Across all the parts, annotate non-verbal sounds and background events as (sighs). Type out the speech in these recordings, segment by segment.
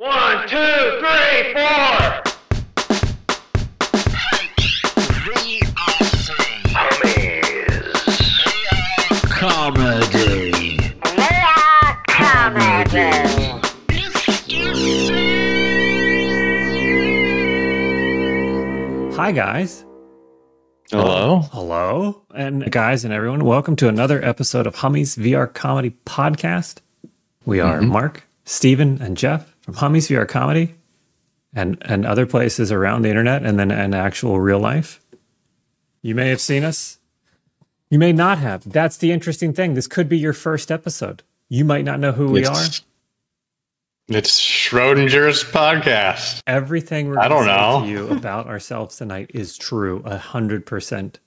One, two, three, four. Homies. comedy. Hi, guys. Hello. Hello. And guys and everyone, welcome to another episode of Hummies VR Comedy Podcast. We are Mm-hmm. Mark, Steven, and Jeff from Hummies VR Comedy and, and other places around the internet and then in actual real life. You may have seen us. You may not have. That's the interesting thing. This could be your first episode. You might not know who we are. It's- It's Schrodinger's podcast. Everything we're I don't gonna know. say to you about ourselves tonight is true, a hundred percent.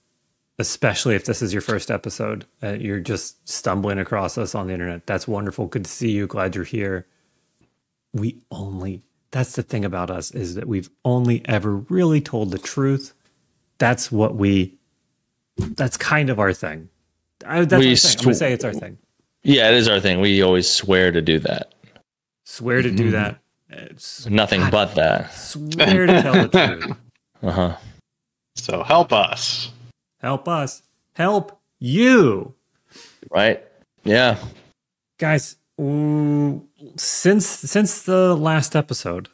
Especially if this is your first episode, uh, you're just stumbling across us on the internet. That's wonderful. Good to see you. Glad you're here. We only that's the thing about us is that we've only ever really told the truth. That's what we. That's kind of our thing. I, that's We our thing. I'm gonna sw- say it's our thing. Yeah, it is our thing. We always swear to do that. Swear to Mm-hmm. do that. Uh, s- Nothing God. but that. Swear to (laughs) tell the truth. Uh huh. So help us. help us help you Right? Yeah. guys mm, since since the last episode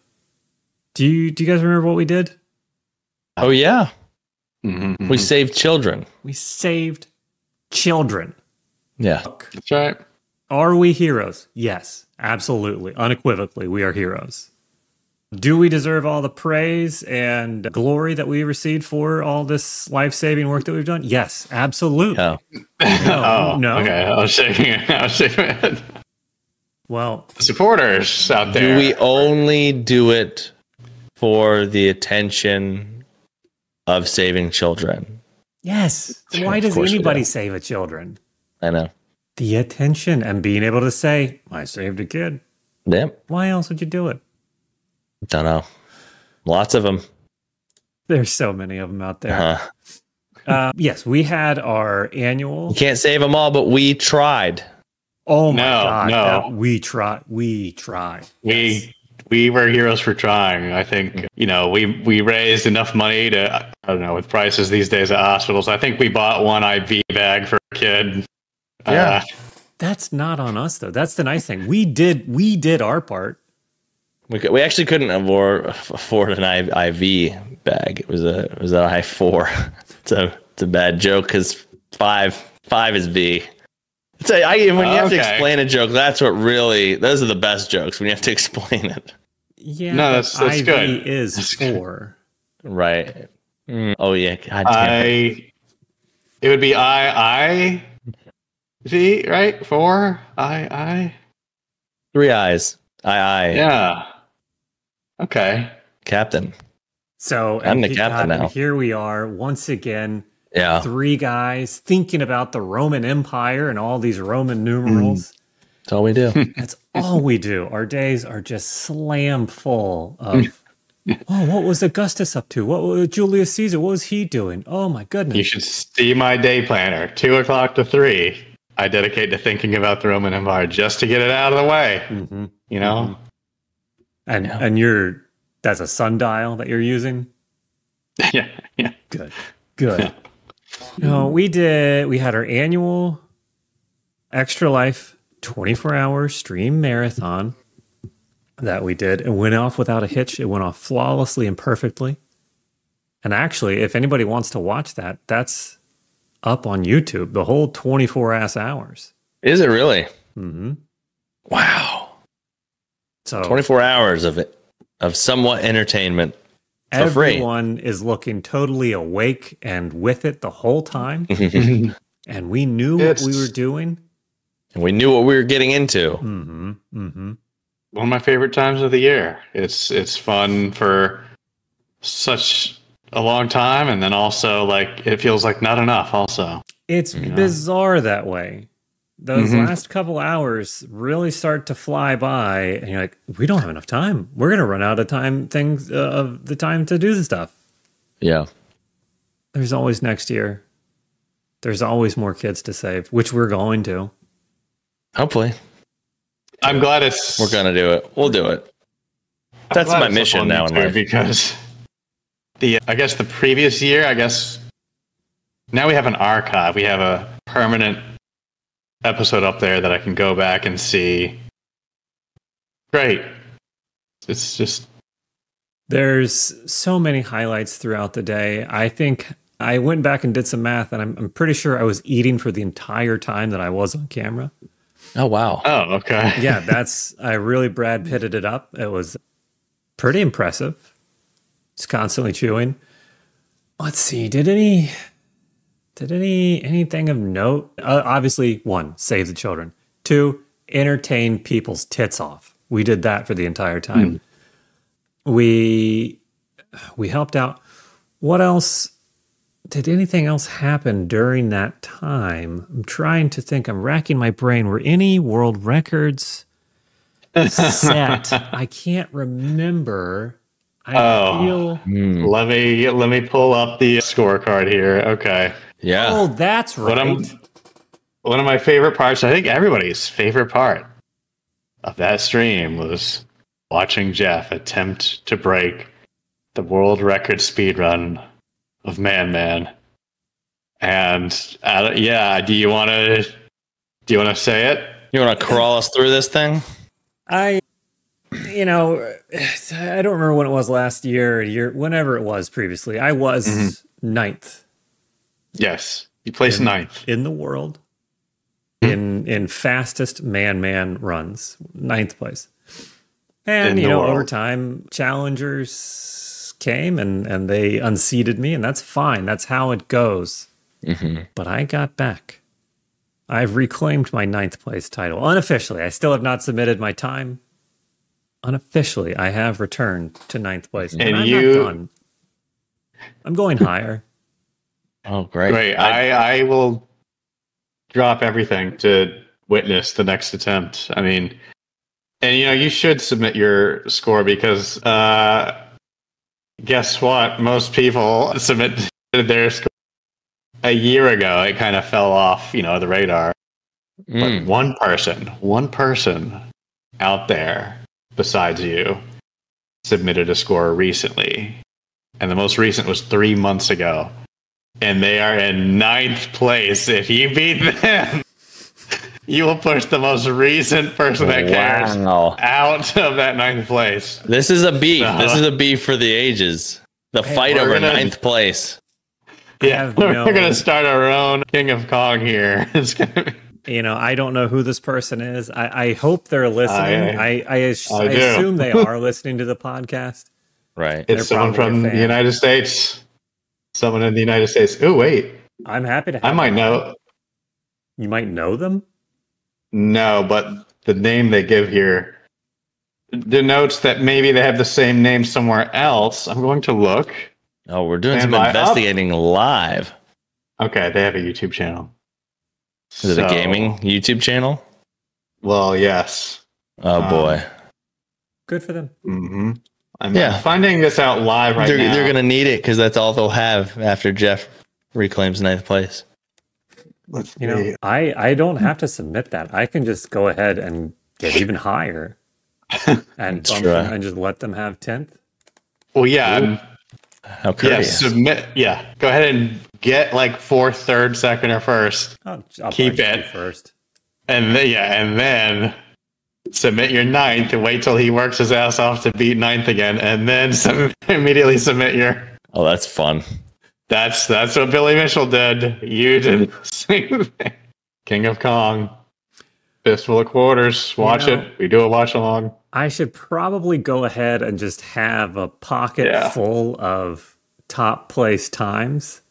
do you do you guys remember what we did Oh yeah. Mhm. We saved children. we saved children Yeah. Look, That's right. are we heroes yes absolutely unequivocally we are heroes do we deserve all the praise and glory that we received for all this life-saving work that we've done yes absolutely Yeah. no, (laughs) oh no. Okay. I was shaking. (laughs) I was shaking. well Supporters out there. Do we only do it for the attention of saving children? yes why does course we anybody do. save a children I know. the attention and being able to say, I saved a kid. Yep. Why else would you do it? Don't know. Lots of them. There's so many of them out there. Uh-huh. Uh, yes, we had our You annual. can't save them all, but we tried. Oh my No, god! no. that- we try. We try. Yes. we we were heroes for trying. I think you know we we raised enough money to I don't know with prices these days at hospitals. I think we bought one IV bag for a kid. Yeah. That's not on us though. That's the nice thing. We did. We did our part. We, could, we actually couldn't afford, afford an I- IV bag. It was a it was an I four. (laughs) It's a it's a bad joke because five five is V. It's a, I, when you have to Okay. explain a joke, that's what really those are the best jokes when you have to (laughs) explain it. Yeah. No, but that's- that's IV good. Is That's good. four. Right. Mm, oh yeah. God damn. it. Uh, I. It would be I I V right four I I Three eyes. I I. yeah. Okay. Captain. So I'm and the he- captain God, and now. Here we are once again. Yeah. Three guys thinking about the Roman Empire and all these Roman numerals. Mm-hmm. That's all we do. Hmm. That's all we do. Our days are just slam full of. Oh, what was Augustus up to? What was Julius Caesar? What was he doing? Oh my You goodness! should see my day planner. Two o'clock to three. I dedicate to thinking about the Roman Empire just to get it out of the way. hmm You know. And and you're that's a sundial that you're using. (laughs) yeah, yeah. Good, (laughs) good. no, we did. We had our annual extra life 24 hour stream marathon that we did. It went off without a hitch. It went off flawlessly and perfectly. And actually, if anybody wants to watch that, that's up on YouTube. The whole 24 ass hours. (laughs) Is it really? hmm (laughs) Wow. Oh. So Twenty four hours of it of somewhat (laughs) entertainment. for free. everyone is looking totally awake and with it the whole time. Mhm. and we knew It's- what we were doing. And we knew what we were getting into. hmm hmm One of my favorite times of the year. It's it's fun for such a long time, and then also like it feels like not enough. Also, It's Yeah. bizarre that way. Those Mhm. last couple hours really start to fly by, and you're like, "We don't have enough time. We're gonna run out of time. Things uh, of the time to do the stuff. Yeah. There's always next year. There's always more kids to save, which we're going to. Hopefully. I'm glad it's We're gonna do it. We'll do it. That's glad my it's up mission on now in YouTube life. Because the I guess the previous year, I guess now we have an archive. We have a permanent episode up there that I can go back and see. Great. It's just There's so many highlights throughout the day. I think I went back and did some math, and I'm, I'm pretty sure I was eating for the entire time that I was on camera. Oh wow. oh okay. (laughs) Yeah, that's I really Brad pitted it up. It was pretty impressive. It's constantly chewing. Let's see. Did any did any anything of note? Uh, obviously, one save the children. Two entertain people's tits off. We did that for the entire time. We we helped out. What else? Did anything else happen during that time? I'm trying to think. I'm racking my brain. Were any world records (laughs) set? I can't remember. I Oh. feel. Hmm. Let me let me pull up the scorecard here. Okay. Yeah. Oh, that's What I'm- right. one of my favorite parts, I think everybody's favorite part of that stream was watching Jeff attempt to break the world record speedrun of Man Man. And uh, yeah, do you want to do you want to say it? You want to crawl us through this thing? I, you know, I don't remember when it was last year, or year, whenever it was previously. I was Mhm. ninth Yes, you place Yeah. ninth. in the world Hmm. in in fastest man man runs, ninth place. And In you the know, world. over time, challengers came and and they unseated me, and that's fine. That's how it goes. Mm-hmm. But I got back. I've reclaimed my ninth place title unofficially. I still have not submitted my time. Unofficially, I have returned to ninth place, and, And I'm you- not done. I'm going higher. Oh great. Great. I I will drop everything to witness the next attempt. I mean, and you know, you should submit your score because uh guess what? Most people (laughs) submit their score a year ago. It kind of fell off, you know, the radar. But Mm. one person, one person out there besides you submitted a score recently. And the most recent was three months ago. And they are in ninth place. If you beat (laughs) them, you will push the most recent person that cares Wow. out of that ninth place. This is a beef. Uh-huh. This is a beef for the ages. The Hey, fight we're over gonna- ninth place. Yeah, (laughs) have we're no- going to start our own King of Kong here. (laughs) It's gonna be- You know, I don't know who this person is. I, I hope they're listening. I I, as- I I do. (laughs) assume they are listening to the podcast. Right. it's someone probably a from the fan. United States. Someone in the United States. Oh, wait. I'm happy to. I Have might know. you might know them. No, but the name they give here denotes that maybe they have the same name somewhere else. I'm going to look. Oh, we're doing Stand some by up. investigating live. Okay, they have a YouTube channel. Is it So- a gaming YouTube channel? Well, yes. Oh Um, boy. Good for them. hmm I'm Yeah. finding this out live right they're, now. they're gonna need it because that's all they'll have after Jeff reclaims ninth place. Let's You know, see. I I don't have to submit that. I can just go ahead and get (laughs) even higher, and That's bump them right. and just let them have tenth. Well, yeah, I'm- How yeah. courteous! Submit. Yeah, go ahead and get like fourth, third, second, or first, I'll, I'll Keep probably it. do first. and then yeah, and then submit your ninth and wait till he works his ass off to beat ninth again, and then (laughs) sub- immediately submit your Oh, that's fun. That's that's what Billy Mitchell did. You did the (laughs) same thing. King of Kong. Fistful of quarters. Watch know- it. We do a watch along. I should probably go ahead and just have a pocket Yeah. full of top place times.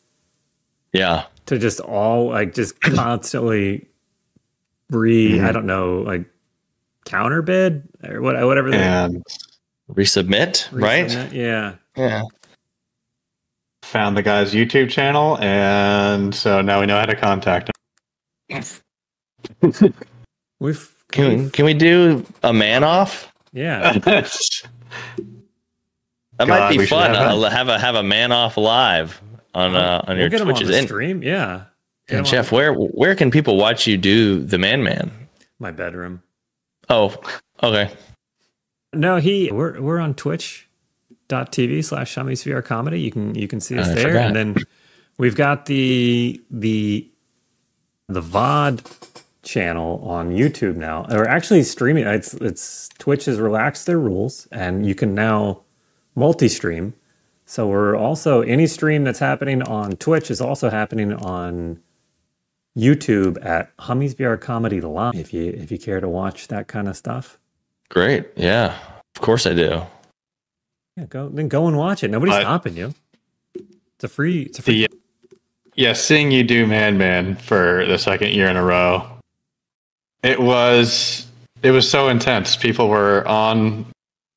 Yeah, to just all like just constantly re Mm-hmm. Mhm. I don't know like counter bid or what whatever the And resubmit, right? resubmit- yeah Yeah. found the guy's YouTube channel, and so now we know how to contact him. we've Can can we do a man off? yeah That God, might we be should fun. have I'll have a have a man off live on uh, on we'll your get 'em on Twitches. the And- stream yeah Get 'em and on Jeff, where where can people watch you do the man man? my bedroom Oh, okay. No, he we're we're on Twitch dot TV slash Shami's VR comedy. You can you can see us I there. forgot. And then we've got the the the VOD channel on YouTube now. Or actually streaming it's it's Twitch has relaxed their rules and you can now multi-stream. So we're also any stream that's happening on Twitch is also happening on YouTube at Hummies VR Comedy Live if you if you care to watch that kind of stuff. Great. Yeah. Of course I do. Yeah, go then go and watch it. Nobody's Uh, stopping you. It's a free. It's a free. The (laughs) yeah, seeing you do Man Man for the second year in a row. It was it was so intense. People were on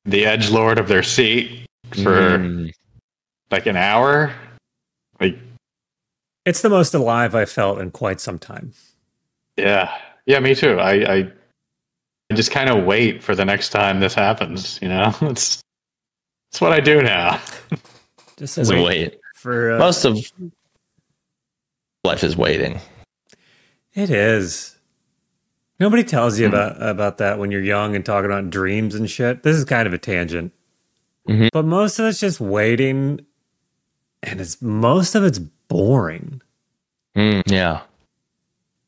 the edge lord of their seat for Mm. like an hour. Like It's the most alive I felt in quite some time. yeah. Yeah, me too. I I, I just kind of wait for the next time this happens, you know? (laughs) It's it's what I do now. Just It's a wait wait. for uh, Most of life is waiting. it is. Nobody tells Hmm. you about about that when you're young and talking about dreams and shit. This is kind of a tangent, Mhm. but most of it's just waiting, and it's most of it's boring. Mm, yeah.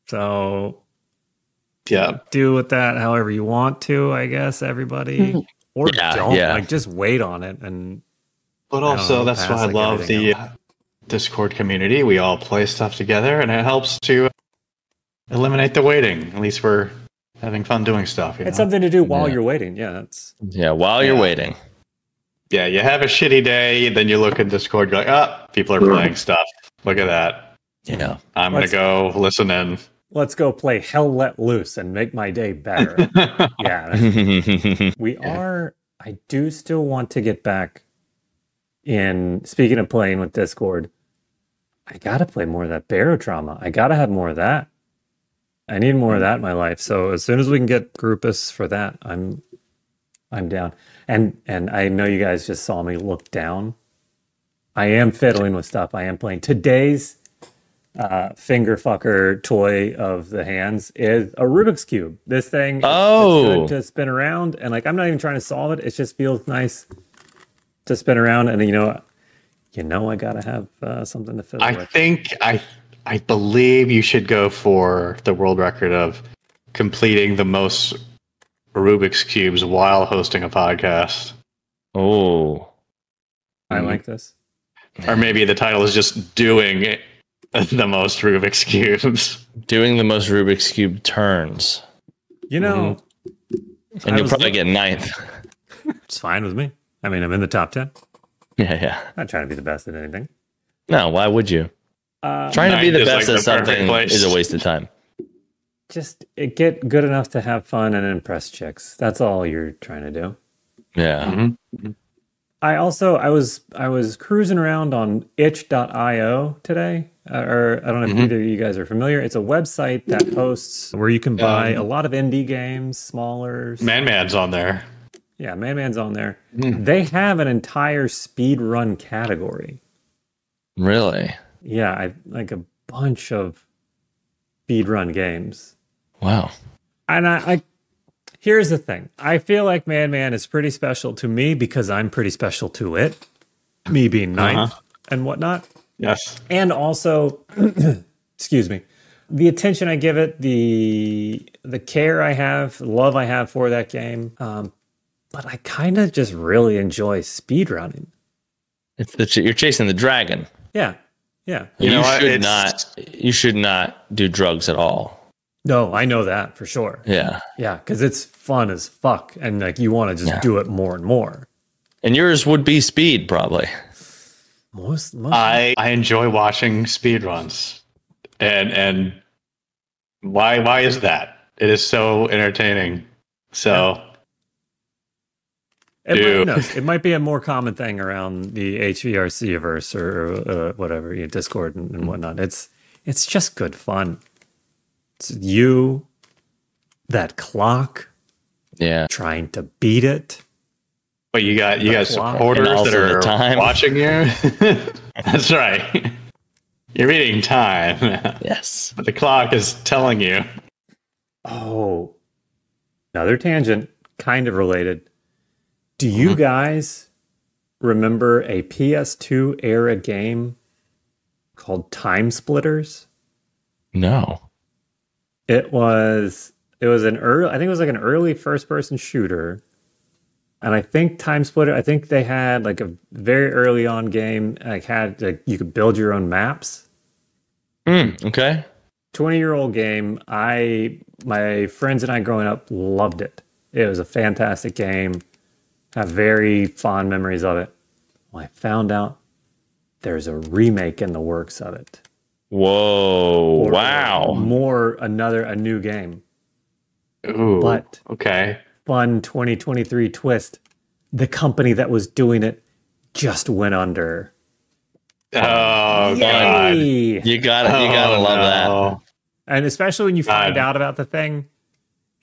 So Yeah. do with that however you want to, I guess. (laughs) Everybody or Yeah, don't yeah. like just wait on it and But I don't also, know, that's past, why I Oh, like, love everything the uh Discord community. We all play stuff together, and it helps to uh, eliminate the waiting. At least we're having fun doing stuff. You it's know? something to do while Yeah. you're waiting. Yeah, that's Yeah. While you're Yeah. waiting. Yeah, you have a shitty day, then you look at Discord, you're like, oh, people are playing stuff. Look at that. (laughs) Yeah. I'm going Let's- to go listen in. let's go play Hell Let Loose and make my (laughs) day better. yeah. (laughs) that's- We Yeah. are, I do still want to get back in. Speaking of playing with Discord, I got to play more of that barotrauma. I got to have more of that. I need more of that in my life. So as soon as we can get groupus for that, I'm I'm down. And and I know you guys just saw me look down. I am fiddling with stuff. I am playing today's uh, finger fucker toy of the hands is a Rubik's cube. This thing, is- it's Oh. good to spin around and like I'm not even trying to solve it. It just feels nice to spin around. And you know, you know, I gotta have uh, something to fiddle I with. think, I, I believe you should go for the world record of completing the most Rubik's Cubes while hosting a podcast. oh. I like this. Or maybe the title is just doing (laughs) the most Rubik's cubes. Doing the most Rubik's cube turns, You know. and I you'll was probably look- get ninth. (laughs) It's fine with me. I mean, I'm in the top 10. yeah. Yeah. Not trying to be the best at anything. No. Why would you? Uh, Trying to be Ninth the is, best like, at the perfect something place. is a waste of time. just uh, get good enough to have fun and impress chicks. That's all you're trying to do. Yeah. I also I was I was cruising around on itch.io today uh, or I don't know if Mhm. either of you guys are familiar. It's a website that hosts Mm-hmm. where you can buy Um, a lot of indie games, smaller. Man Man's on there. yeah, Man Man's on there. They have an entire speed run category. Mm-hmm. Really? Yeah, I like a bunch of speed run games. Wow. and I, I here's the thing i feel like man man is pretty special to me because i'm pretty special to it me being 9th and whatnot Yes. and also (clears throat) excuse me the attention i give it the the care i have the love i have for that game um, but i kind of just really enjoy speedrunning It's the ch- you're chasing the dragon. yeah yeah You, You know what? should It's- not. You should not do drugs at all. no i know that for sure Yeah. yeah because it's fun as fuck and like you want to just Yeah. do it more and more And yours would be speed, probably. most, most I I enjoy watching speedruns. And and why why is that? It is so entertaining. So It do. might, no, it might be a more common thing around the HVRC verse or uh, whatever, you know, Discord and, and whatnot. It's it's just good fun. It's you, that clock, Yeah. trying to beat it. but you got you The got clock. supporters And also that the are time. watching you. (laughs) That's right. You're reading time. (laughs) Yes. the clock is telling you. Oh, another tangent, kind of related. Do you guys remember a PS2 era game called Time Splitters? No. It was it was an early I think it was like an early first person shooter. And I think Time Splitter, I think they had like a very early on game, like had like you could build your own maps Hmm. 20 year old game i my friends and i growing up loved it it was a fantastic game have very fond memories of it well, i found out there's a remake in the works of it Whoa. Or wow. more another a new game Ooh. But- okay. fun 2023 twist the company that was doing it just went under Oh god. Yay! You gotta you gotta Oh, love that. no. and especially when you find God. out about the thing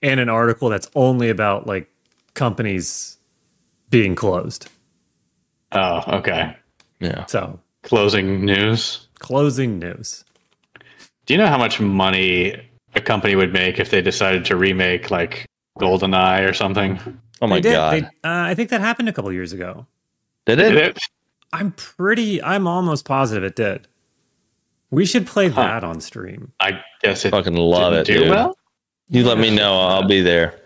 in an article that's only about like companies being closed Oh, okay. Yeah. so Closing news. closing news Do you know how much money a company would make if they decided to remake like GoldenEye or something? Oh my They did. god. They- uh, i think that happened a couple years ago Did Did it? it? i'm pretty i'm almost positive it did we should play Huh. that on stream I guess it Fucking love didn't it, do dude. well. You let me know. I'll be there.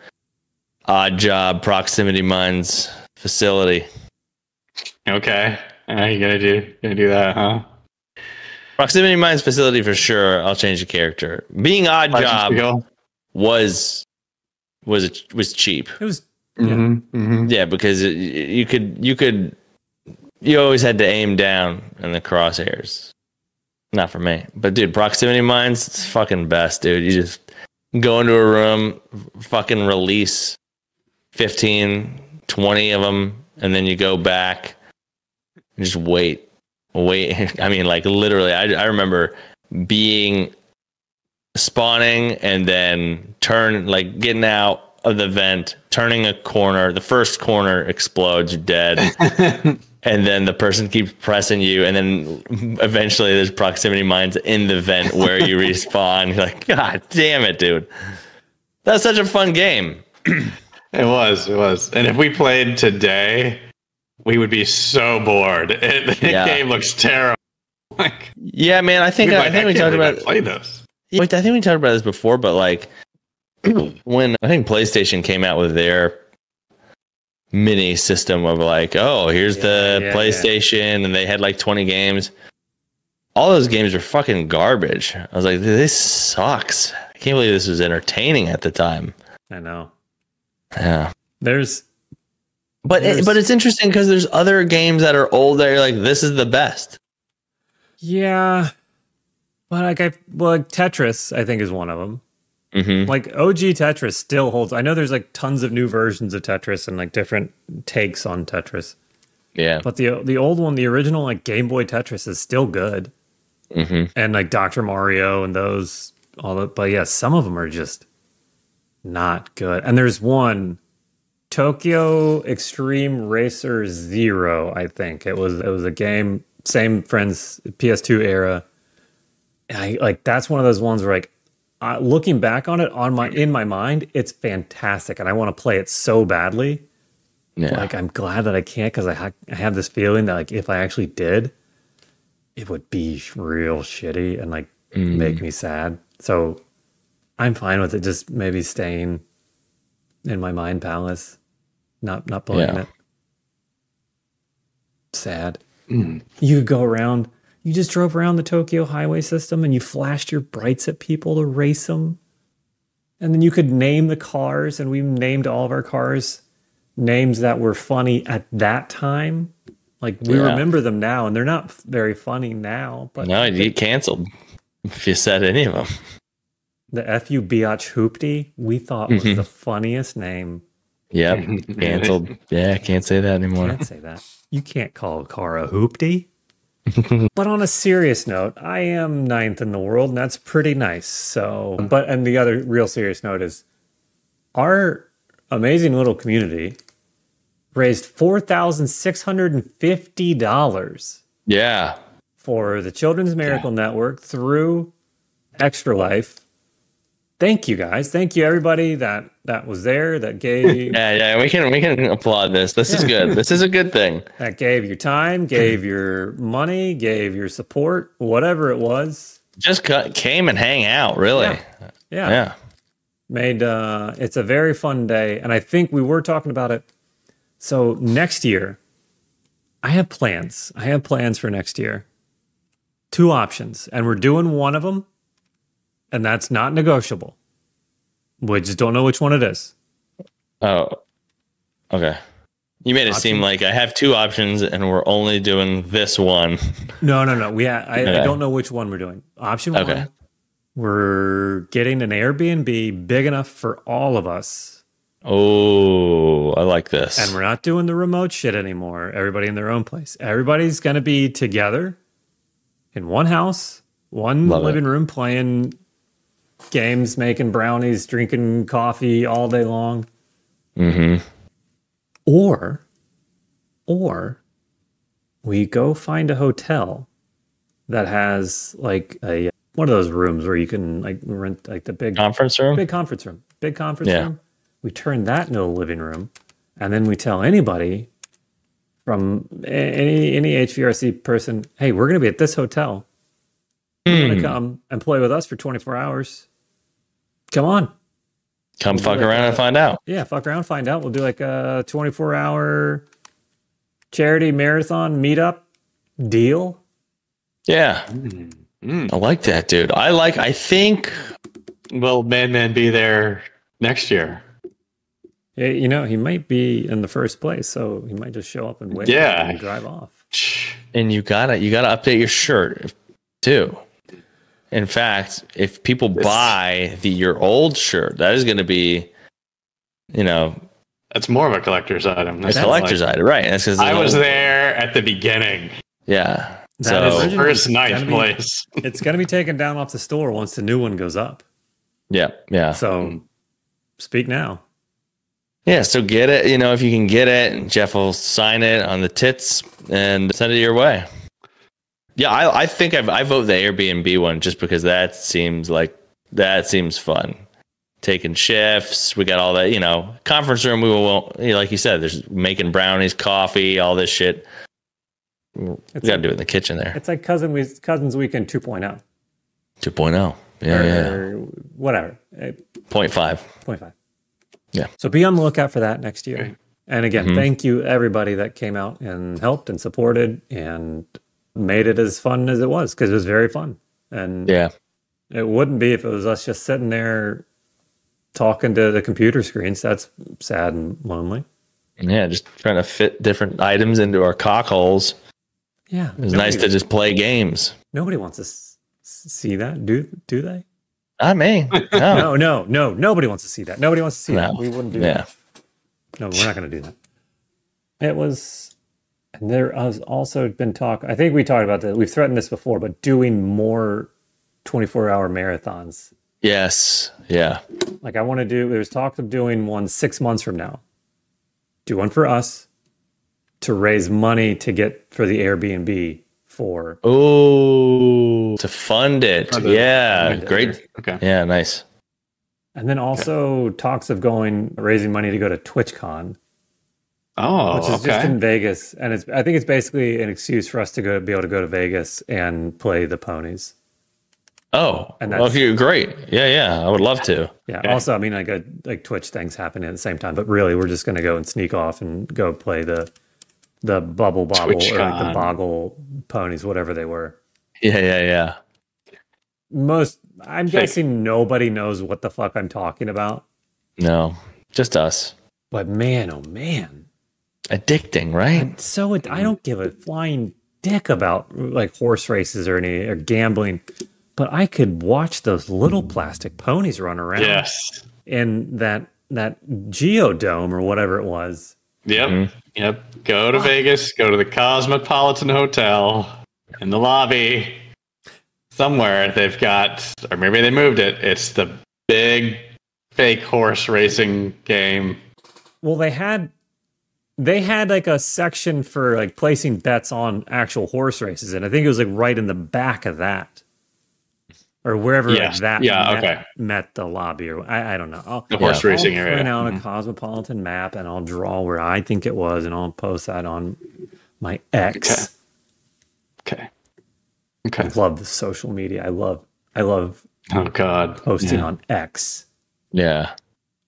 Odd job, proximity mines facility. Okay. Uh, you gonna do gonna do that, huh? Proximity mines facility for sure. I'll change the character. Being odd job was was a, was cheap. it was hmm hmm Yeah, because it, you could you could you always had to aim down in the crosshairs. Not for me, but dude, proximity mines it's fucking best, dude. You just go into a room, fucking release 15, 20 of them, and then you go back and just wait, wait. (laughs) I mean, like literally, I I remember being spawning and then turn like getting out of the vent, turning a corner. The first corner explodes, you're dead, and then the person keeps pressing you, and then eventually there's proximity mines in the vent where you respawn. You're like, God damn it, dude! That's such a fun game. (laughs) It was, it was. And if we played today, we would be so bored. (laughs) It, the Yeah. game looks terrible. (laughs) Like, Yeah, man. I think dude, I like, think we can't talked believe I about play this. Yeah, Wait, I think we talked about this before, but like (clears throat) when I think PlayStation came out with their mini system of like, oh, here's the Yeah, yeah, PlayStation, and they had like 20 games. All those games were fucking garbage. I was like, this sucks. I can't believe this was entertaining at the time. i know Yeah. there's But There's- it, but it's interesting because there's other games that are old that you're like, this is the best. yeah but like i well like tetris i think is one of them Mm-hmm. like og tetris still holds i know there's like tons of new versions of tetris and like different takes on tetris Yeah. but the the old one the original like game boy tetris is still good hmm and like Dr. Mario and those all that but yeah, some of them are just not good. And there's one Tokyo Extreme Racer 0, I think. It was it was a game same friends PS2 era. And I like that's one of those ones where like I, looking back on it on my in my mind, it's fantastic and I want to play it so badly. Yeah. Like I'm glad that I can't because I, ha- I have this feeling that like if I actually did, it would be real shitty and like Mm. make me sad. So I'm fine with it just maybe staying in my mind palace, not not playing Yeah. it. Sad. Mm. You go around. You just drove around the Tokyo highway system and you flashed your brights at people to race them. And then you could name the cars, and we named all of our cars names that were funny at that time. Like we Yeah. remember them now, and they're not f- very funny now. But No, you get canceled if you said any of them. the fu biatch hoopty we thought was Mhm. the funniest name. (laughs) Yep. Canceled. Yeah, I can't say that anymore. Can't say that. You can't call a car a hoopty. but on a serious note, I am ninth in the world, and that's pretty nice. So, but and the other real serious note is our amazing little community raised four thousand six hundred and fifty dollars Yeah. for the Children's Miracle Network through Extra Life thank you guys. Thank you everybody that that was there, that (laughs) gave Yeah, yeah, we can we can applaud this. This is good. This is a good thing. that gave your time, gave your money, gave your support, whatever it was. Just cut, came and hang out, really. Yeah. Yeah. yeah. Made uh it's a very fun day and I think we were talking about it. So next year I have plans. I have plans for next year. Two options and we're doing one of them and that's not negotiable. We just don't know which one it is. Oh, okay. You made it seem Option- like I have two options and we're only doing this one. No, no, no. We ha- I, I Okay. don't know which one we're doing. Option Okay. one, we're getting an Airbnb big enough for all of us, Oh, I like this. and we're not doing the remote shit anymore. Everybody in their own place. Everybody's gonna be together in one house, one Love it. living room, playing games, making brownies, drinking coffee all day long. mm-hmm. or or we go find a hotel that has like a one of those rooms where you can like rent like the big Conference room? big conference room big conference Yeah. room we turn that into a living room and then we tell anybody from a- any any HVRC person hey we're going to be at this hotel you want Hmm. to come and play with us for 24 hours come on Come We'll fuck do it. around and find out. yeah, fuck around, find out. We'll do like a 24 hour charity marathon meetup deal. Yeah. Mm. I like that, dude. I like, I think, Will Man Man be there next year? Eh, you know, he might be in the first place, so he might just show up and wait Yeah. and drive off. and you gotta, you gotta update your shirt too. In fact, if people buy the your old shirt, that is going to be, you know, That's more of a collector's item. a That's collector's item, right? That's because I was there at the beginning, Yeah. That so is- Originally, first gotta night be- place. It's going to be taken down off the store once the new one goes up. yeah, yeah. (laughs) So speak now. Yeah, so get it. You know, if you can get it, and Jeff will sign it on the tits and send it your way. Yeah, I, I think I've, I vote the Airbnb one just because that seems like that seems fun. Taking shifts, we got all that. You know, conference room. We won't, you know, like you said. There's making brownies, coffee, all this shit. It's, We got to like, do it in the kitchen there. it's like cousin we, cousins weekend 2.0 Two oh. Yeah, or yeah. whatever. Eh, Point five. 0.5. Yeah. So be on the lookout for that next year. And again, Mhm. thank you everybody that came out and helped and supported and made it as fun as it was because it was very fun. And Yeah. it wouldn't be if it was us just sitting there talking to the computer screens. That's sad and lonely. Yeah, just trying to fit different items into our cock holes. Yeah. It was nice to just play games. Nobody wants to s- s- see that, do do they? Not Ah, me. No, No. no, no. Nobody wants to see that. Nobody wants to see No. that. We wouldn't do Yeah. that. No, we're not going to do that. It was, and there has also been talk. I think we talked about this. We've threatened this before, but doing more 24 hour marathons. Yes. Yeah. Like I want to do, there's talk of doing one six months from now. Do one for us to raise money to get for the Airbnb for. Oh, to fund it. Fund it. yeah. Fund it. Great. Okay. Yeah. Nice. And then also talks of going, raising money to go to TwitchCon. Oh, which is okay. just in Vegas, and it's I think it's basically an excuse for us to go be able to go to Vegas and play the ponies. Oh, And that's- okay. Great. Yeah. Yeah. I would love to. Yeah. Okay. Also, I mean, like a, like Twitch things happening at the same time, but really, we're just gonna go and sneak off and go play the the bubble bobble or like the TwitchCon. boggle ponies, whatever they were. Yeah. Yeah. Yeah. Most, I'm Fake. guessing nobody knows what the fuck I'm talking about. No, just us. But man, oh man, Addicting, right? so it, I don't give a flying dick about like horse races or any or gambling, but I could watch those little plastic ponies run around yes. in that that geodome or whatever it was. Yep. Mhm. Yep. Go to Vegas. Go to the Cosmopolitan Hotel in the lobby. Somewhere they've got, or maybe they moved it. It's the big fake horse racing game. Well, they had they had like a section for like placing bets on actual horse races, and I think it was like right in the back of that. or wherever Yes. that Yeah, met, okay. met the lobby or I, I don't know. I'll, The horse Yeah. Mm-hmm. racing I'll area. print out a Mhm. cosmopolitan map and I'll draw where I think it was and I'll post that on my X. Mm-hmm. Okay. Okay. I love the social media. I love I love Oh God. posting yeah. on X. Yeah.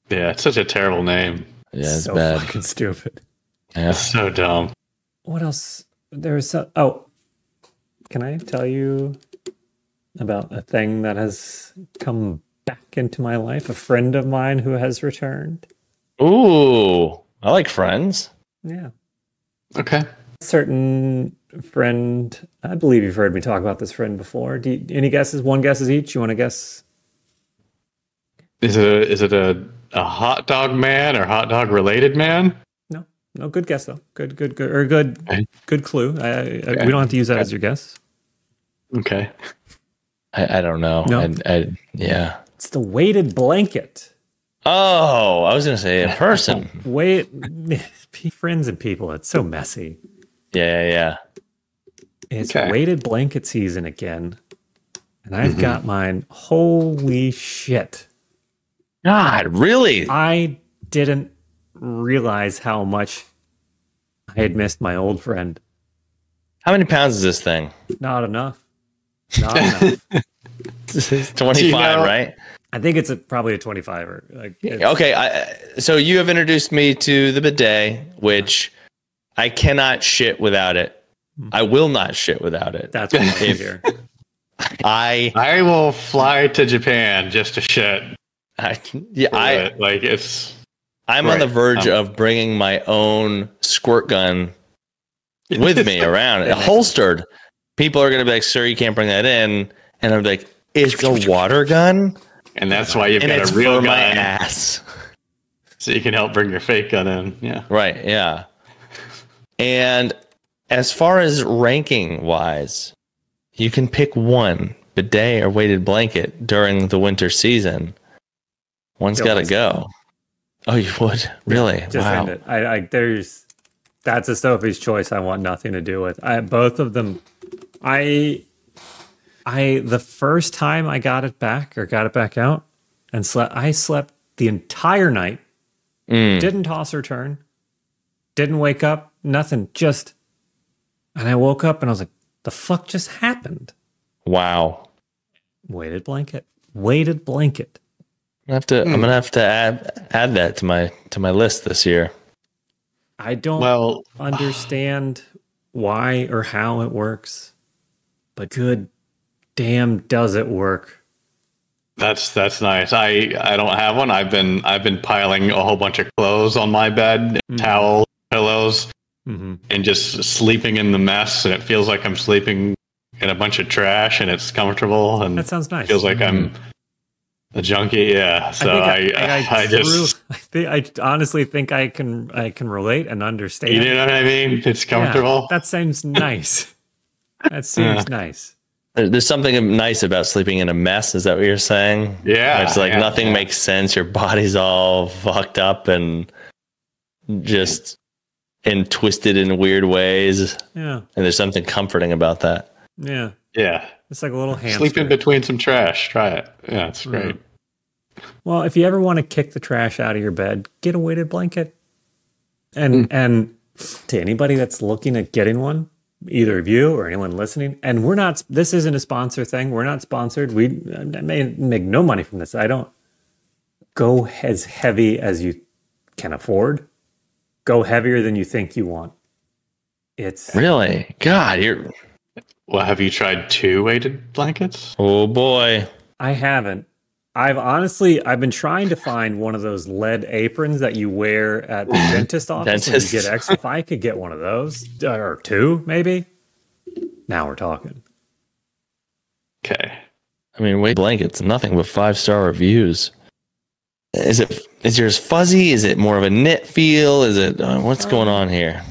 Yeah, it's such a terrible name. Yeah, it's so bad. fucking stupid. Yeah. It's so dumb. What else? There's so, oh, can I tell you about a thing that has come back into my life? A friend of mine who has returned. Ooh, I like Friends. Yeah. Okay. certain friend i believe you've heard me talk about this friend before do you, any guesses one guesses each you want to guess Is it a, is it a a hot dog man or hot dog related man? no no good guess though good good good or good Okay. good clue I, I, we don't have to use that as your guess Okay. I, I don't know. No. I, I, yeah. it's the weighted blanket Oh, I was gonna say (laughs) in person. weight friends and people it's so messy yeah, yeah, yeah. it's Okay. Mm-hmm. weighted blanket season again and i've got mine holy shit God, really? I didn't realize how much I had missed my old friend. How many pounds is this thing? Not enough. (laughs) Not enough. (laughs) Twenty-five, know- right? I think it's a, probably a 25er. Like, it's- Okay. I, so you have introduced me to the bidet, which I cannot shit without it. I will not shit without it. That's what I If- here. I, I will fly to Japan just to shit. I yeah, I, But, like it's I'm on Right. Um, the verge of bringing my own (laughs) squirt gun (laughs) with me around, holstered. People are going to be like, sir, you can't bring that in. And I'm like, it's (laughs) a water gun and that's why you've and got it's a real for my gun ass. so you can help bring your fake gun in. Yeah. Right. Yeah. And as far as ranking wise, you can pick one bidet or weighted blanket during the winter season. One's Yeah, got to one's- go. Oh, you would? Really? Just wow. end it. I, I, there's, that's a Sophie's choice I want nothing to do with. I, both of them, I, I, the first time I got it back or got it back out and slept, I slept the entire night Mm. didn't toss or turn didn't wake up nothing just and i woke up and i was like the fuck just happened Wow. weighted blanket weighted blanket I have to. I'm gonna have to add add that to my to my list this year. i Oh. don't Well, (sighs) understand why or how it works but good damn does it work That's that's nice. I I don't have one. I've been I've been piling a whole bunch of clothes on my bed, Hmm. Mm. towels, pillows, mm-hmm. and just sleeping in the mess. And it feels like I'm sleeping in a bunch of trash, and it's comfortable, and that it sounds nice feels like I'm a junkie. Yeah. So I I, (laughs) I just (laughs) I, think I honestly think I can I can relate and understand. you know what I mean. It's Yeah, comfortable. Uh. (laughs) that seems nice. that seems nice. There- There's something nice about sleeping in a mess. Is that what you're saying? Yeah, It's like yeah, nothing yeah. makes sense. Your body's all fucked up and just and twisted in weird ways. Yeah, And there's something comforting about that. yeah. yeah. It's like a little hamster. Sleep in between some trash. Try it. Yeah, it's Mm-hmm. great. Well, if you ever want to kick the trash out of your bed, get a weighted blanket. And and to anybody that's looking at getting one, either of you or anyone listening, and we're not. This isn't a sponsor thing. We're not sponsored. We I may make no money from this. I don't go as heavy as you can afford. Go heavier than you think you want. It's Really? God, you're Well, have you tried two weighted blankets? oh boy. I haven't. I've honestly, I've been trying to find one of those lead aprons that you wear at the dentist office when you Dentist. get X. If I could get one of those or two, maybe. Now we're talking. Okay. I mean, weight blankets, nothing but five star reviews. Is it is yours fuzzy? Is it more of a knit feel? Is it uh, what's going on here?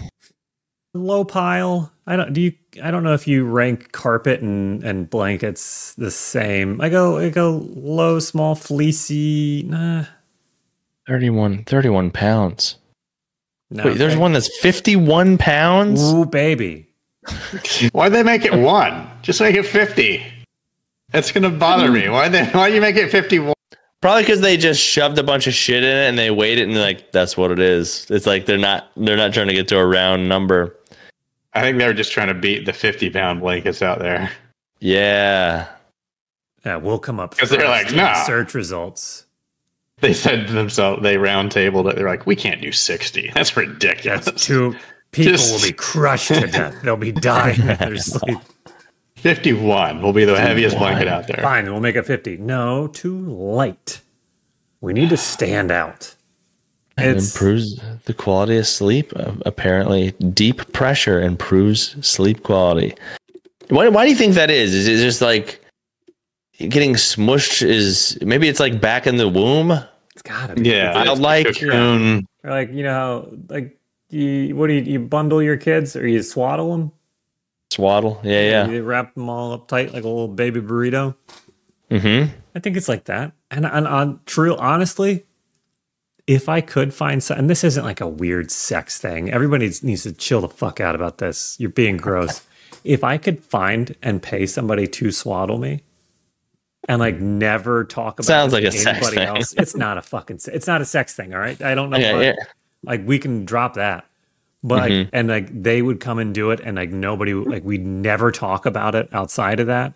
Low pile. I don't. Do you? I don't know if you rank carpet and and blankets the same. I go. I go low, small, fleecy. Nah. 31, 31 pounds. No. Wait, there's one that's 51 pounds? Ooh, baby. Why'd they make it one? Just make it 50. That's gonna bother Mm. me. Why they, why you make it fifty one? Probably because they just shoved a bunch of shit in it and they weighed it and they're like that's what it is. It's like they're not they're not trying to get to a round number. I think they were just trying to beat the fifty pound blankets out there. (laughs) Yeah, Yeah, we'll come up 'Cause they're first like, in the nah. search results. They said to themselves, they round tabled it. They're like, we can't do sixty. That's ridiculous. (laughs) That's (laughs) two people Just- will be crushed to death. They'll be dying in (laughs) their sleep. Fifty one will be the heaviest blanket out there. Fine, we'll make it 50. No, too light. We need to stand out. it It's- improves the quality of sleep. Uh, apparently, deep pressure improves sleep quality. Why? Why do you think that is? Is it just like getting smushed? Is maybe it's like back in the womb? It's gotta be. Yeah, I it's like- cocoon. Or like, you know, how, like, you, what do you, you bundle your kids or you swaddle them? Swaddle? Yeah, You wrap them all up tight like a little baby burrito. yeah. Mm-hmm. I think it's like that. And and on true, honestly, if I could find some, and this isn't like a weird sex thing. Everybody needs to chill the fuck out about this. You're being gross. if I could find and pay somebody to swaddle me, and like never talk about Sounds it like a to sex anybody thing. else, it's not a fucking. se- It's not a sex thing. All right, I don't know. Okay, what- yeah. like we can drop that but like, and like they would come and do it and like nobody like we'd never talk about it outside of that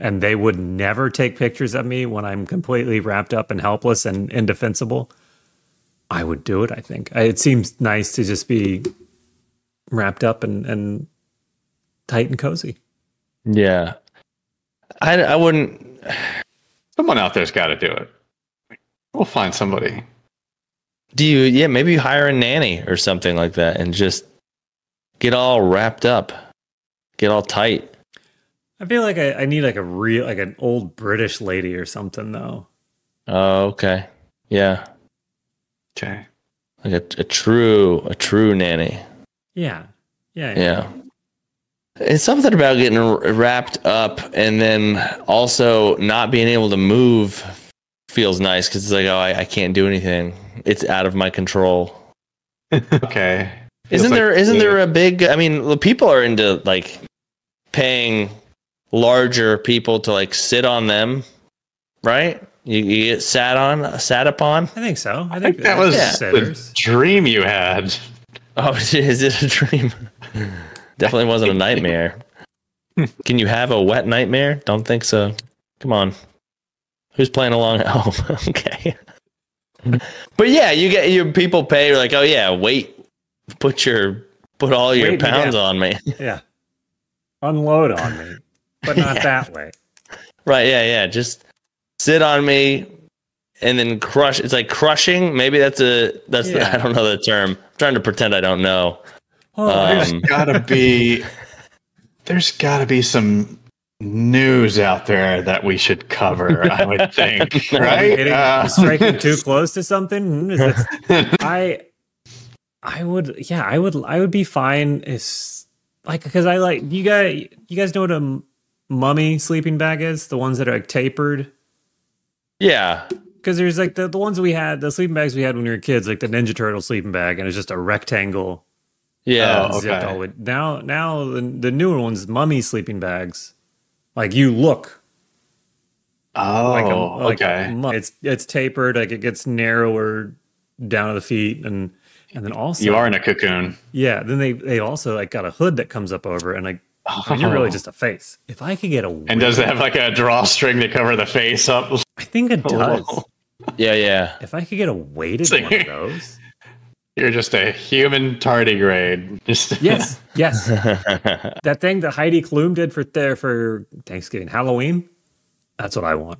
and they would never take pictures of me when i'm completely wrapped up and helpless and indefensible i would do it i think I, it seems nice to just be wrapped up and and tight and cozy Yeah. I, I wouldn't. Someone out there's got to do it. We'll find somebody. Do you? Yeah, maybe you hire a nanny or something like that and just get all wrapped up, get all tight. i feel like i, I need like a real like an old british lady or something though Oh, okay. Yeah. Okay. Like a, a true, a true nanny. yeah yeah, yeah. Yeah. It's something about getting r- wrapped up and then also not being able to move feels nice because it's like, oh, I, I can't do anything. It's out of my control. Okay. Feels Isn't like- there isn't there a big I mean l- people are into like paying larger people to like sit on them, right? You, you get sat on sat upon. (laughs) i think so i think, I think that was Yeah. the dream you had. Oh, is it a dream? (laughs) Definitely wasn't a nightmare. (laughs) Can you have a wet nightmare? Don't think so. Come on. Who's playing along at home? (laughs) okay. but yeah, you get your people pay like, "Oh yeah, wait. Put your put all your Wait me pounds down." on me." Yeah. Unload on me, but not Yeah. that way. Right, yeah, yeah. Just sit on me and then crush it's like crushing. Maybe that's a that's the, Yeah. I don't know the term. I'm trying to pretend I don't know. Oh, Uh, There's Um, gotta be there's gotta be some news out there that we should cover, I (laughs) would think. I'm right? getting- Uh, striking too close to something. Hmm, is (laughs) this- I, I would, yeah, I would, I would be fine if, like, because I like you guys. You guys know what a m- mummy sleeping bag is? The ones that are like, tapered. Yeah. Because there's like the, the ones we had, the sleeping bags we had when we were kids, like the Ninja Turtle sleeping bag, and it's just a rectangle Yeah. Oh, zipped okay. all the way- Now, now the, the newer ones, mummy sleeping bags, like you look oh, like a, like a okay. mu- it's it's tapered, like it gets narrower down to the feet, and and then also you are in a cocoon. yeah. Then they they also like got a hood that comes up over, and like I mean, Oh, you're really just a face. If I could get a, Oh. (laughs) And does it have like a drawstring to cover the face up? I think Oh. it does. Yeah, yeah. If I could get a weighted So one of those, You're just a human tardigrade. Just yes, yes, that thing that Heidi Klum did for there for Thanksgiving, Halloween. That's what I want.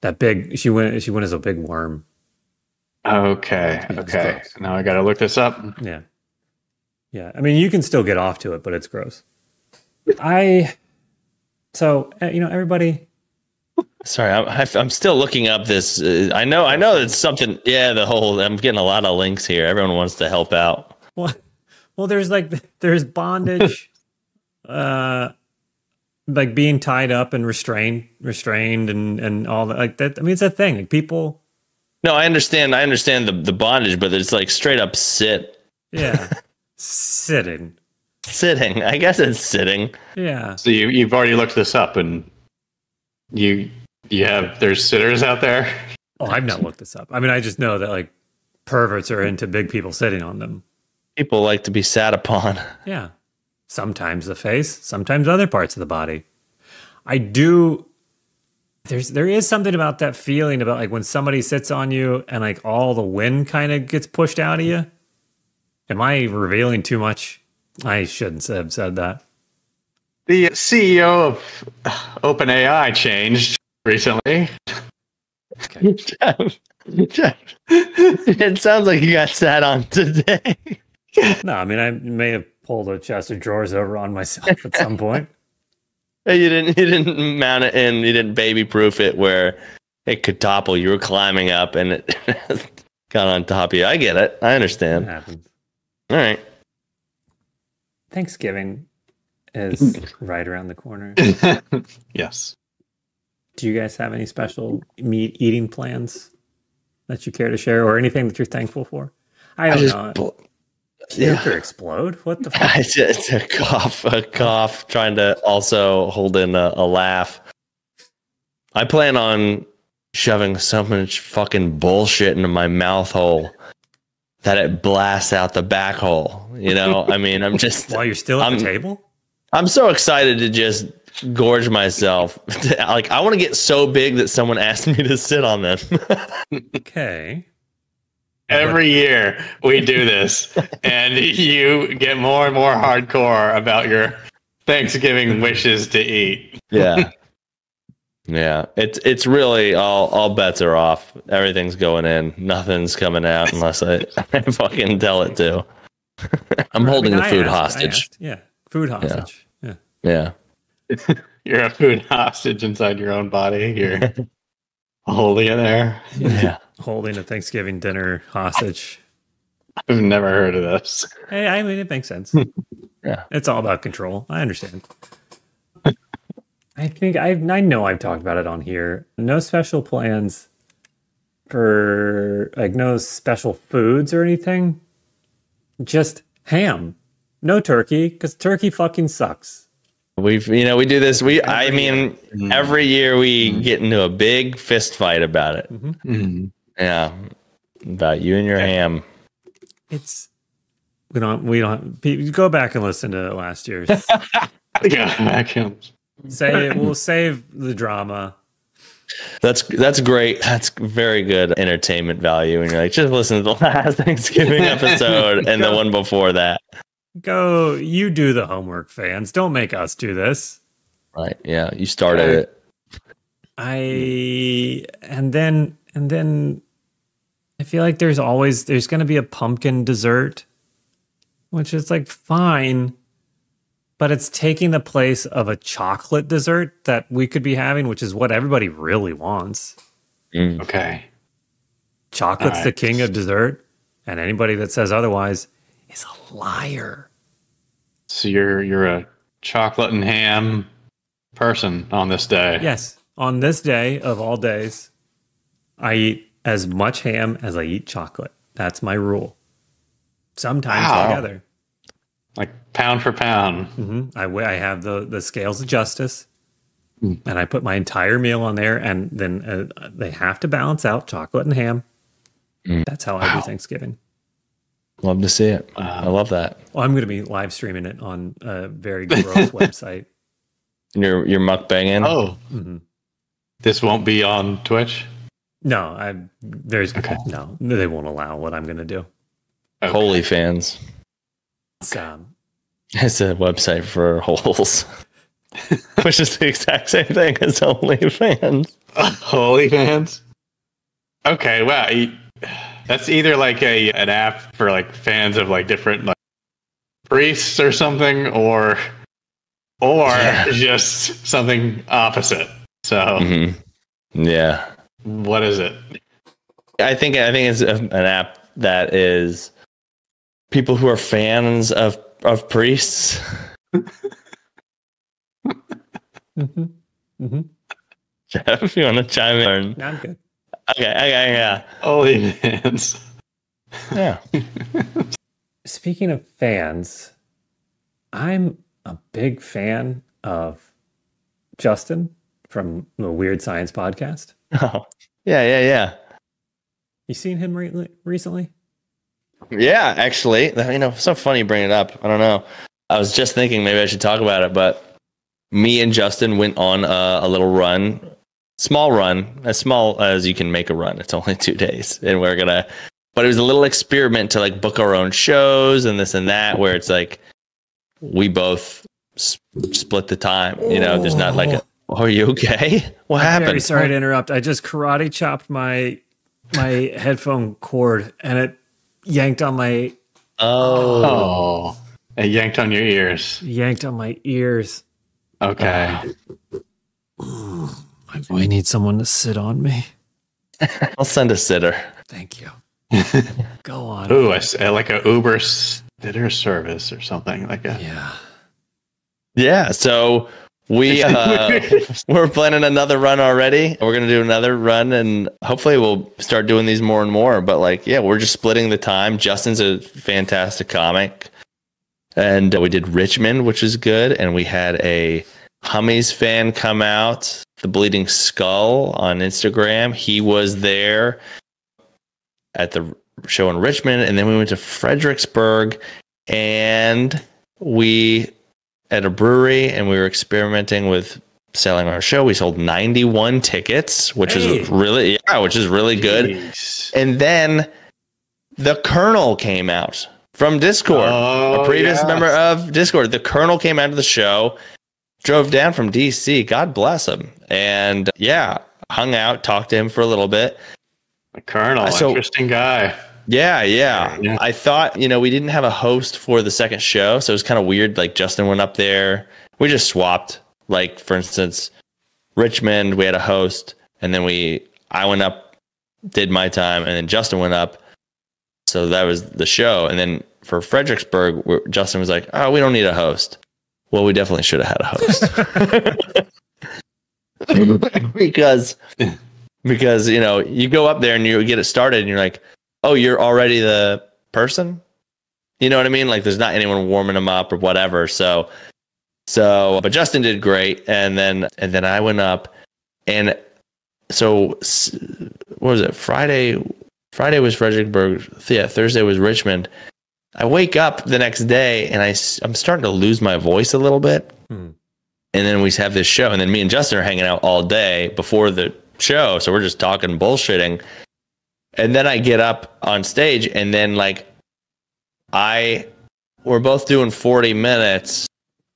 That big, she went. She went as a big worm. (laughs) Okay. it's Okay. gross. Now I gotta look this up. Yeah. Yeah. I mean, you can still get off to it, but it's gross. I, so, uh, you know, everybody, Sorry, I'm I- I'm still looking up this. Uh, I know I know it's something. Yeah, the whole I'm getting a lot of links here. Everyone wants to help out. well, (laughs) well there's like, there's bondage, uh, like being tied up and restrained, restrained and, and all that. Like that. I mean, it's a thing. Like people, No, I understand. I understand the the bondage, but it's like straight up sit yeah, sitting. sitting. (laughs) I guess it's sitting. Yeah. So you, you've already looked this up and You you have there's sitters out there. Oh, I've not looked this up. I mean, I just know that like perverts are into big people sitting on them. People like to be sat upon. Yeah. Sometimes the face, sometimes other parts of the body. I do there's there is something about that feeling about like when somebody sits on you and like all the wind kind of gets pushed out of you. Am I revealing too much? I shouldn't have said that. The CEO of OpenAI changed recently. (laughs) Jeff, Jeff, it sounds like you got sat on today. (laughs) No, I mean I may have pulled a chest of drawers over on myself at some point. You didn't. You didn't mount it in. You didn't baby proof it where it could topple. You were climbing up and it (laughs) got on top of you. I get it. I It understand. happens. All right. Thanksgiving is right around the corner. (laughs) yes. Do you guys have any special meat eating plans that you care to share, or anything that you're thankful for? I I don't just. know. bl- Puke yeah. or explode? What (laughs) the fuck? I just a cough, a cough, trying to also hold in a, a laugh. I plan on shoving so much fucking bullshit into my mouth hole that it blasts out the back hole. You know, I mean, I'm just, While you're still at I'm- the table? I'm so excited to just gorge myself. (laughs) like, I want to get so big that someone (laughs) asked me to sit on them. (laughs) Okay. Every year we do (laughs) this, and you get more and more hardcore about your Thanksgiving wishes to eat. (laughs) yeah yeah it's it's really all all bets are off everything's going in nothing's coming out unless i, (laughs) I fucking tell it to (laughs) i'm I holding mean, the I food asked- I hostage asked, Yeah. Food hostage. Yeah. (laughs) yeah You're a food hostage inside your own body. You're (laughs) holding it there. yeah Holding a Thanksgiving dinner hostage. I've never heard of this. Hey, I mean, it makes sense. Yeah. It's all about control. I understand. I think I I know I've talked about it on here. No special plans for like no special foods or anything. Just ham. No turkey cuz turkey fucking sucks. we've you know we do this we i mean every year we get into a big fist fight about it Mm-hmm. yeah about you and your ham It's we don't we don't pe- go back and listen to last year's. (laughs) Yeah, that counts. Say it will save the drama. that's that's great that's very good entertainment value and you're like just listen to the (laughs) last (laughs) thanksgiving episode and the one before that Go you do the homework fans. Don't make us do this. Right. Yeah. You started Right. it. I and then and then I feel like there's always there's going to be a pumpkin dessert, which is like fine, but it's taking the place of a chocolate dessert that we could be having, which is what everybody really wants. Okay. Chocolate's the Alright. king of dessert, and anybody that says otherwise is a liar. So you're you're a chocolate and ham person on this day. Yes, on this day of all days, I eat as much ham as I eat chocolate. That's my rule. Sometimes Wow. together. Like pound for pound. Mm-hmm. I, weigh- I have the, the scales of justice, and I put my entire meal on there, and then uh, they have to balance out chocolate and ham. That's how I do Thanksgiving. Love to see it. I love that. Well, I'm going to be live streaming it on a very gross website. Mm-hmm. Your your mukbanging. Oh. This won't be on Twitch. No, I there's no they won't allow what I'm going to do. Okay. Holy fans. (laughs) So, um, It's a website for holes. (laughs) Which is the exact same thing as OnlyFans. (laughs) Holy fans. Okay, wow. e- That's either like a an app for like fans of like different like priests or something or or Yeah. (laughs) just something opposite. So, Mhm. Yeah. what is it? I think I think it's a, an app that is people who are fans of of priests. (laughs) mhm, mhm. Jeff, if you want to chime in. No, I'm good. Okay, okay, (laughs) yeah. Holy fans. Yeah. (laughs) Speaking of fans, I'm a big fan of Justin from the Weird Science podcast. Oh, yeah, yeah, yeah. You seen him re- recently? Yeah, actually, you know, so funny you bring it up. I don't know. I was just thinking maybe I should talk about it, but me and Justin went on a, a little run, small run, as small as you can make a run. It's only (laughs) two days, and we're gonna. But it was a little experiment to like book our own shows and this and that, where it's like we both sp- split the time. You know, there's not like, a, are you okay? What I'm happened? Very sorry to interrupt. I just karate chopped my my (laughs) headphone cord and it yanked on my Oh, Oh, it yanked on your ears. yanked on my ears. Okay. I I need someone to sit on me. I'll send a sitter. Thank you. Go on. Ooh, I s- uh, like a Uber sitter service or something like that. Yeah. Yeah, so (laughs) (laughs) we uh, we're planning another run already. We're gonna do another run, and hopefully we'll start doing these more and more. But like, yeah, we're just splitting the time. Justin's a fantastic comic, and uh, we did Richmond, which is good, and we had a Hummies fan come out, the Bleeding Skull on Instagram. He was there at the show in Richmond, and then we went to Fredericksburg, and we at a brewery and we were experimenting with selling our show. We sold 91 tickets, which Hey. is really yeah, which is really good. Jeez. And then the Colonel came out from Discord. Oh, a previous yeah. member of Discord, the Colonel came out of the show, drove down from DC, God bless him. And yeah, hung out, talked to him for a little bit. The Colonel, Uh, so- interesting guy. Yeah, yeah, Yeah. I thought, you know, we didn't have a host for the second show, so it was kind of weird. Like Justin went up there. We just swapped. Like for instance, Richmond, we had a host, and then we I went up, did my time, and then Justin went up. So that was the show. And then for Fredericksburg, we Justin was like, "Oh, we don't need a host." Well, we definitely should have had a host (laughs) because because you know you go up there and you get it started, and you're like oh, you're already the person. You know what I mean? Like there's not anyone warming them up or whatever. So, so, but Justin did great. And then, and then I went up and so s- what was it? Friday, Friday was Fredericksburg. Yeah. Thursday was Richmond. I wake up the next day and I, s- I'm starting to lose my voice a little bit. Hmm. And then we have this show and then me and Justin are hanging out all day before the show. So we're just talking bullshitting. And then I get up on stage and then like I we're both doing 40 minutes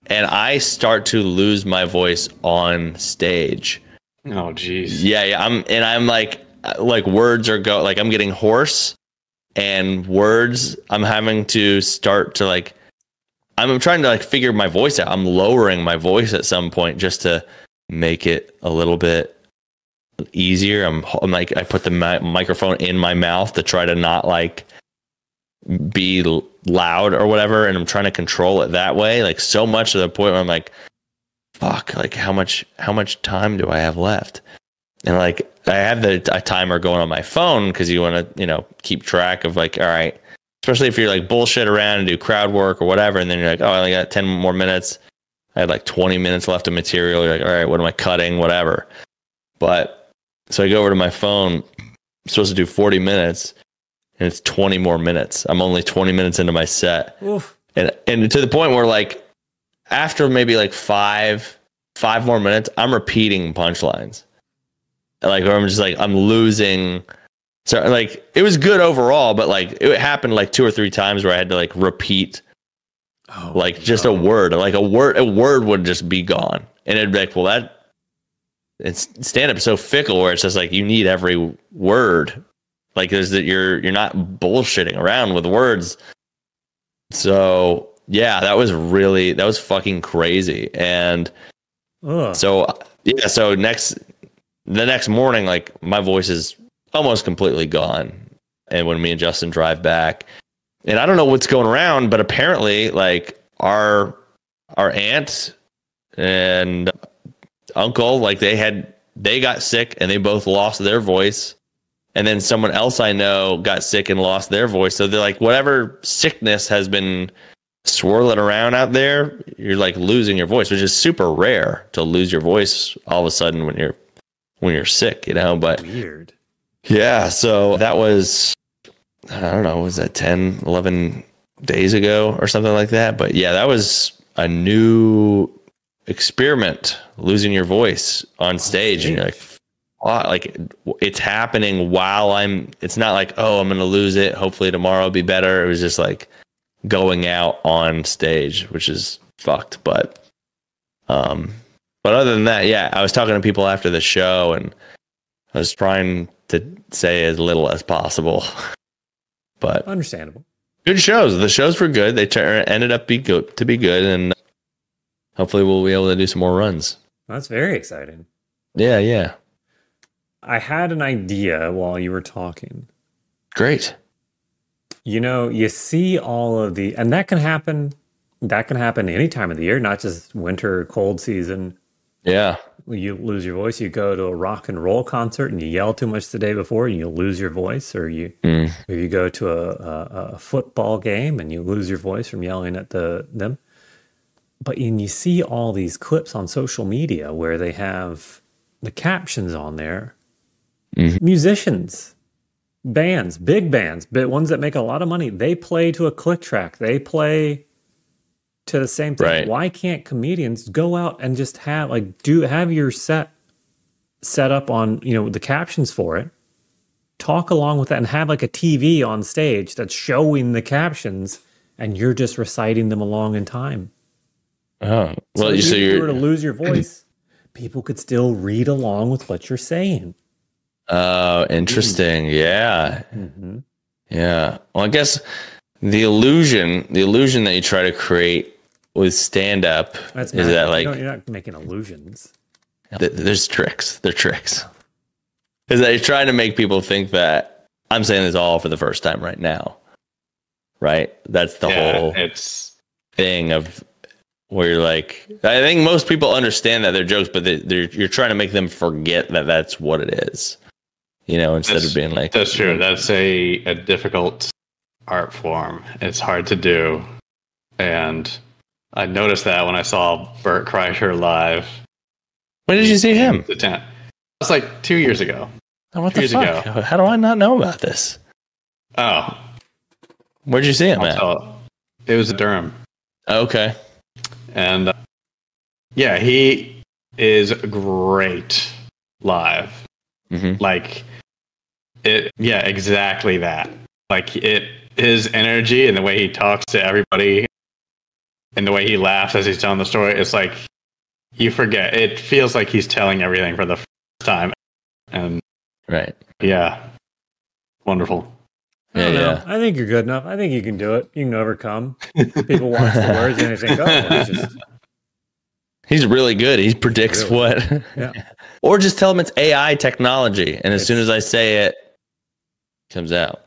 and I start to lose my voice on stage. Oh, jeez. Yeah, yeah, I'm and I'm like uh, like words are go like I'm getting hoarse and words I'm having to start to like I'm trying to like figure my voice out. I'm lowering my voice at some point just to make it a little bit easier. I'm, I'm like I put the mi- microphone in my mouth to try to not like be l- loud or whatever, and I'm trying to control it that way. Like so much to the point where I'm like, fuck, like how much how much time do I have left? And like I have the a timer going on my phone because you want to you know keep track of like all right. Especially if you're like bullshit around and do crowd work or whatever, and then you're like, oh, I only got 10 more minutes. I had like 20 minutes left of material. You're like, all right, what am I cutting? Whatever. But so I go over to my phone, I'm supposed to do 40 minutes, and it's 20 more minutes. I'm only 20 minutes into my set. Oof. And and to the point where like after maybe like five, five more minutes, I'm repeating punchlines. Like or I'm just like I'm losing so like it was good overall, but like it happened like two or three times where I had to like repeat Oh, like just a word like a word a word would just be gone and it'd be like well that it's stand up so fickle where it's just like you need every word like there's that you're you're not bullshitting around with words so yeah that was really that was fucking crazy and Ugh. so uh, yeah, so next the next morning, like my voice is almost completely gone. And when me and Justin drive back, and I don't know what's going around, but apparently, like our our aunt and uncle, like they had they got sick and they both lost their voice. And then someone else I know got sick and lost their voice. So they're like, whatever sickness has been swirl it around out there, you're like losing your voice, which is super rare to lose your voice all of a sudden when you're when you're sick, you know. But Weird. yeah, so that was I don't know, was that 10, 11 days ago or something like that, but yeah, that was a new experiment losing your voice on stage and you're like "Fuck," like it's happening while I'm it's not like oh, I'm going to lose it, hopefully tomorrow will be better. It was just like going out on stage, which is fucked, but um but other than that, yeah, I was talking to people after the show and I was trying to say as little as possible, (laughs) but Understandable. good shows. The shows were good. They tur- ended up be good to be good, and hopefully we'll be able to do some more runs. That's very exciting. Yeah, yeah, I had an idea while you were talking. great. You know, you see all of the, and that can happen. That can happen any time of the year, not just winter, cold season. Yeah, You lose your voice. You go to a rock and roll concert and you yell too much the day before, and you lose your voice. Or you, Mm. or you go to a, a, a football game and you lose your voice from yelling at the them. But and you see all these clips on social media where they have the captions on there. Musicians, bands, big bands, but ones that make a lot of money, they play to a click track. They play to the same thing. Right. Why can't comedians go out and just have like do have your set set up on, you know, the captions for it? talk along with that and have like a TV on stage that's showing the captions and you're just reciting them along in time. Oh, well, even you so if you were to you're. lose (clears throat) your voice, people could still read along with what you're saying. Oh, interesting. Yeah, Mm-hmm. yeah. Well, I guess the illusion, the illusion that you try to create with stand up That's is that magic. like You don't- you're not making illusions. Th- there's tricks. They're tricks. Is that you're trying to make people think that I'm saying this all for the first time right now. Right? That's the yeah, whole it's thing of where you're like, I think most people understand that they're jokes, but they, they're, you're trying to make them forget that that's what it is. You know, instead That's- of being like, that's true. That's a, a difficult art form. It's hard to do, and I noticed that when I saw Burt Kreischer live. when did you see him? The tent. It's like two years ago. Oh, What Two the years fuck? How do I not know about this? Oh, Where'd you see him I'll at? tell. It was Durham, Okay. and uh, yeah, he is great live. hmm like it yeah exactly that like it his energy and the way he talks to everybody and the way he laughs as he's telling the story it's like you forget it feels like he's telling everything for the first time and Right. yeah wonderful I don't Yeah, know. yeah. I think you're good enough. I think you can do it. You can overcome. People watch the words and they think, oh, it's (laughs) just, He's really good. He predicts Really? what. Yeah. (laughs) Or just tell him it's AI technology, and as soon as I say it, it comes out.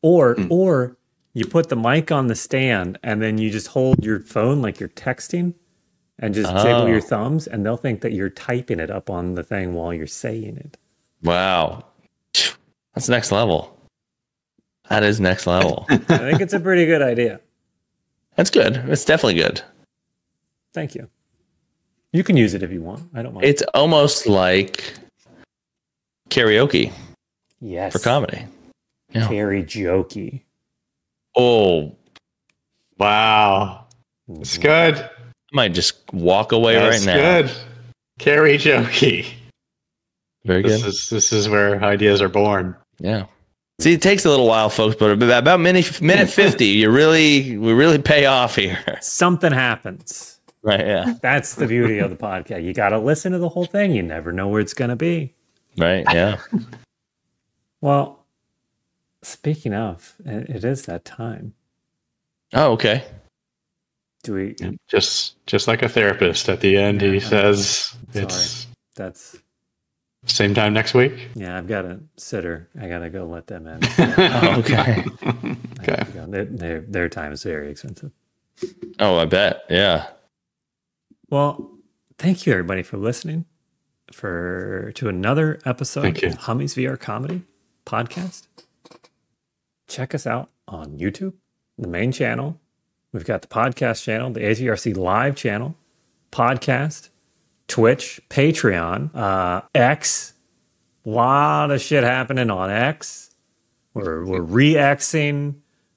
or, Hmm. Mm. or you put the mic on the stand and then you just hold your phone like you're texting and just jiggle Oh. your thumbs and they'll think that you're typing it up on the thing while you're saying it. Wow, (sighs) that's next level. That is (laughs) next level. I think it's a pretty good idea. that's good. It's definitely good. Thank you. You can use it if you want. I don't mind. It's almost like karaoke yes. for comedy. Yeah. Very jokey. Oh, wow it's good I might just walk away That's right now. good carrie jokey Very this good. is this is where ideas are born Yeah. See, it takes a little while, folks, but about minute minute fifty, you really we really pay off here. (laughs) Something happens. Right? Yeah. That's the beauty of the podcast. You got to listen to the whole thing. You never know where it's going to be. Right? Yeah. Well, speaking of, it it is that time. (laughs) Oh, okay. Do we? just just like a therapist at the end he Yeah. says Sorry. it's That's, same time next (laughs) week yeah, I've got a sitter. I got to go let them in. Oh. okay. I okay gotta go. Their, their, their time is very expensive. Oh, I bet. Yeah. Well, thank you everybody for listening for to another episode Thank you. of Hummies VR Comedy podcast. Check us out on YouTube, the main channel, We've got the podcast channel, the ATRC live channel, podcast, Twitch, Patreon, uh, X. Lot of shit happening on X. We're we're re-Xing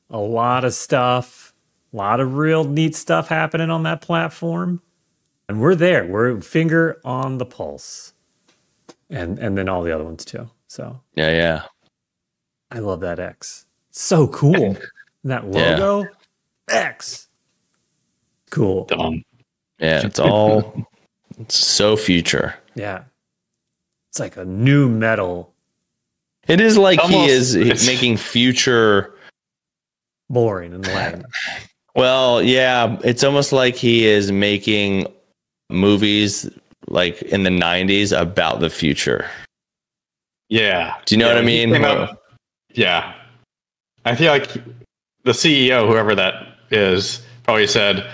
a lot of stuff, a lot of real neat stuff happening on that platform. And we're there. We're finger on the pulse. And and then all the other ones too. So Yeah, yeah. I love that X. So cool. that Yeah. logo, X. Cool. Dumb. Yeah, it's (laughs) all it's so future. Yeah. It's like a new metal It is like he Almost. is making future boring (laughs) and lame. Well, yeah, it's almost like he is making movies like in the 90s about the future. Yeah. Do you know Yeah, what I he mean? came out- yeah. I feel like the CEO, whoever that is, probably said,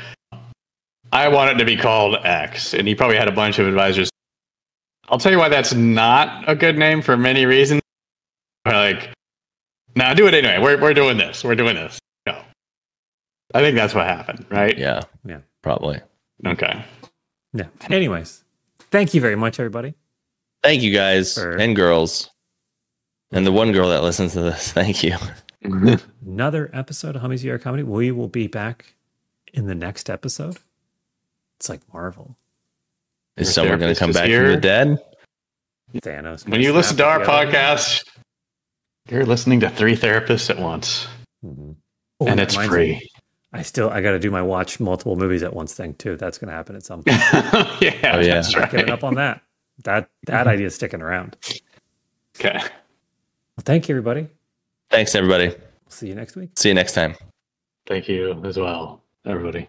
I want it to be called X. And he probably had a bunch of advisors. I'll tell you why that's not a good name for many reasons. We're like, now do it anyway. We're, we're doing this. We're doing this. No. I think that's what happened, right? Yeah. Yeah. Probably. (laughs) Okay. yeah. Anyways, thank you very much, everybody. Thank you guys Sure. and girls. And the one girl that listens to this, thank you. Another episode of Hummies VR Comedy. We will be back in the next episode. It's like Marvel. Is Your someone going therapist to come is back from here. the dead? Thanos. When you snap listen to it our together. podcast, you're listening to three therapists at once, Mhm. Oh, and that it's reminds me. free. I still I got to do my watch multiple movies at once thing too. That's going to happen at some point. (laughs) yeah, Oh, yeah. that's Not right. giving up on that. That that idea is sticking around. Okay. Well, thank you, everybody. Thanks, everybody. We'll see you next week. See you next time. Thank you as well, everybody.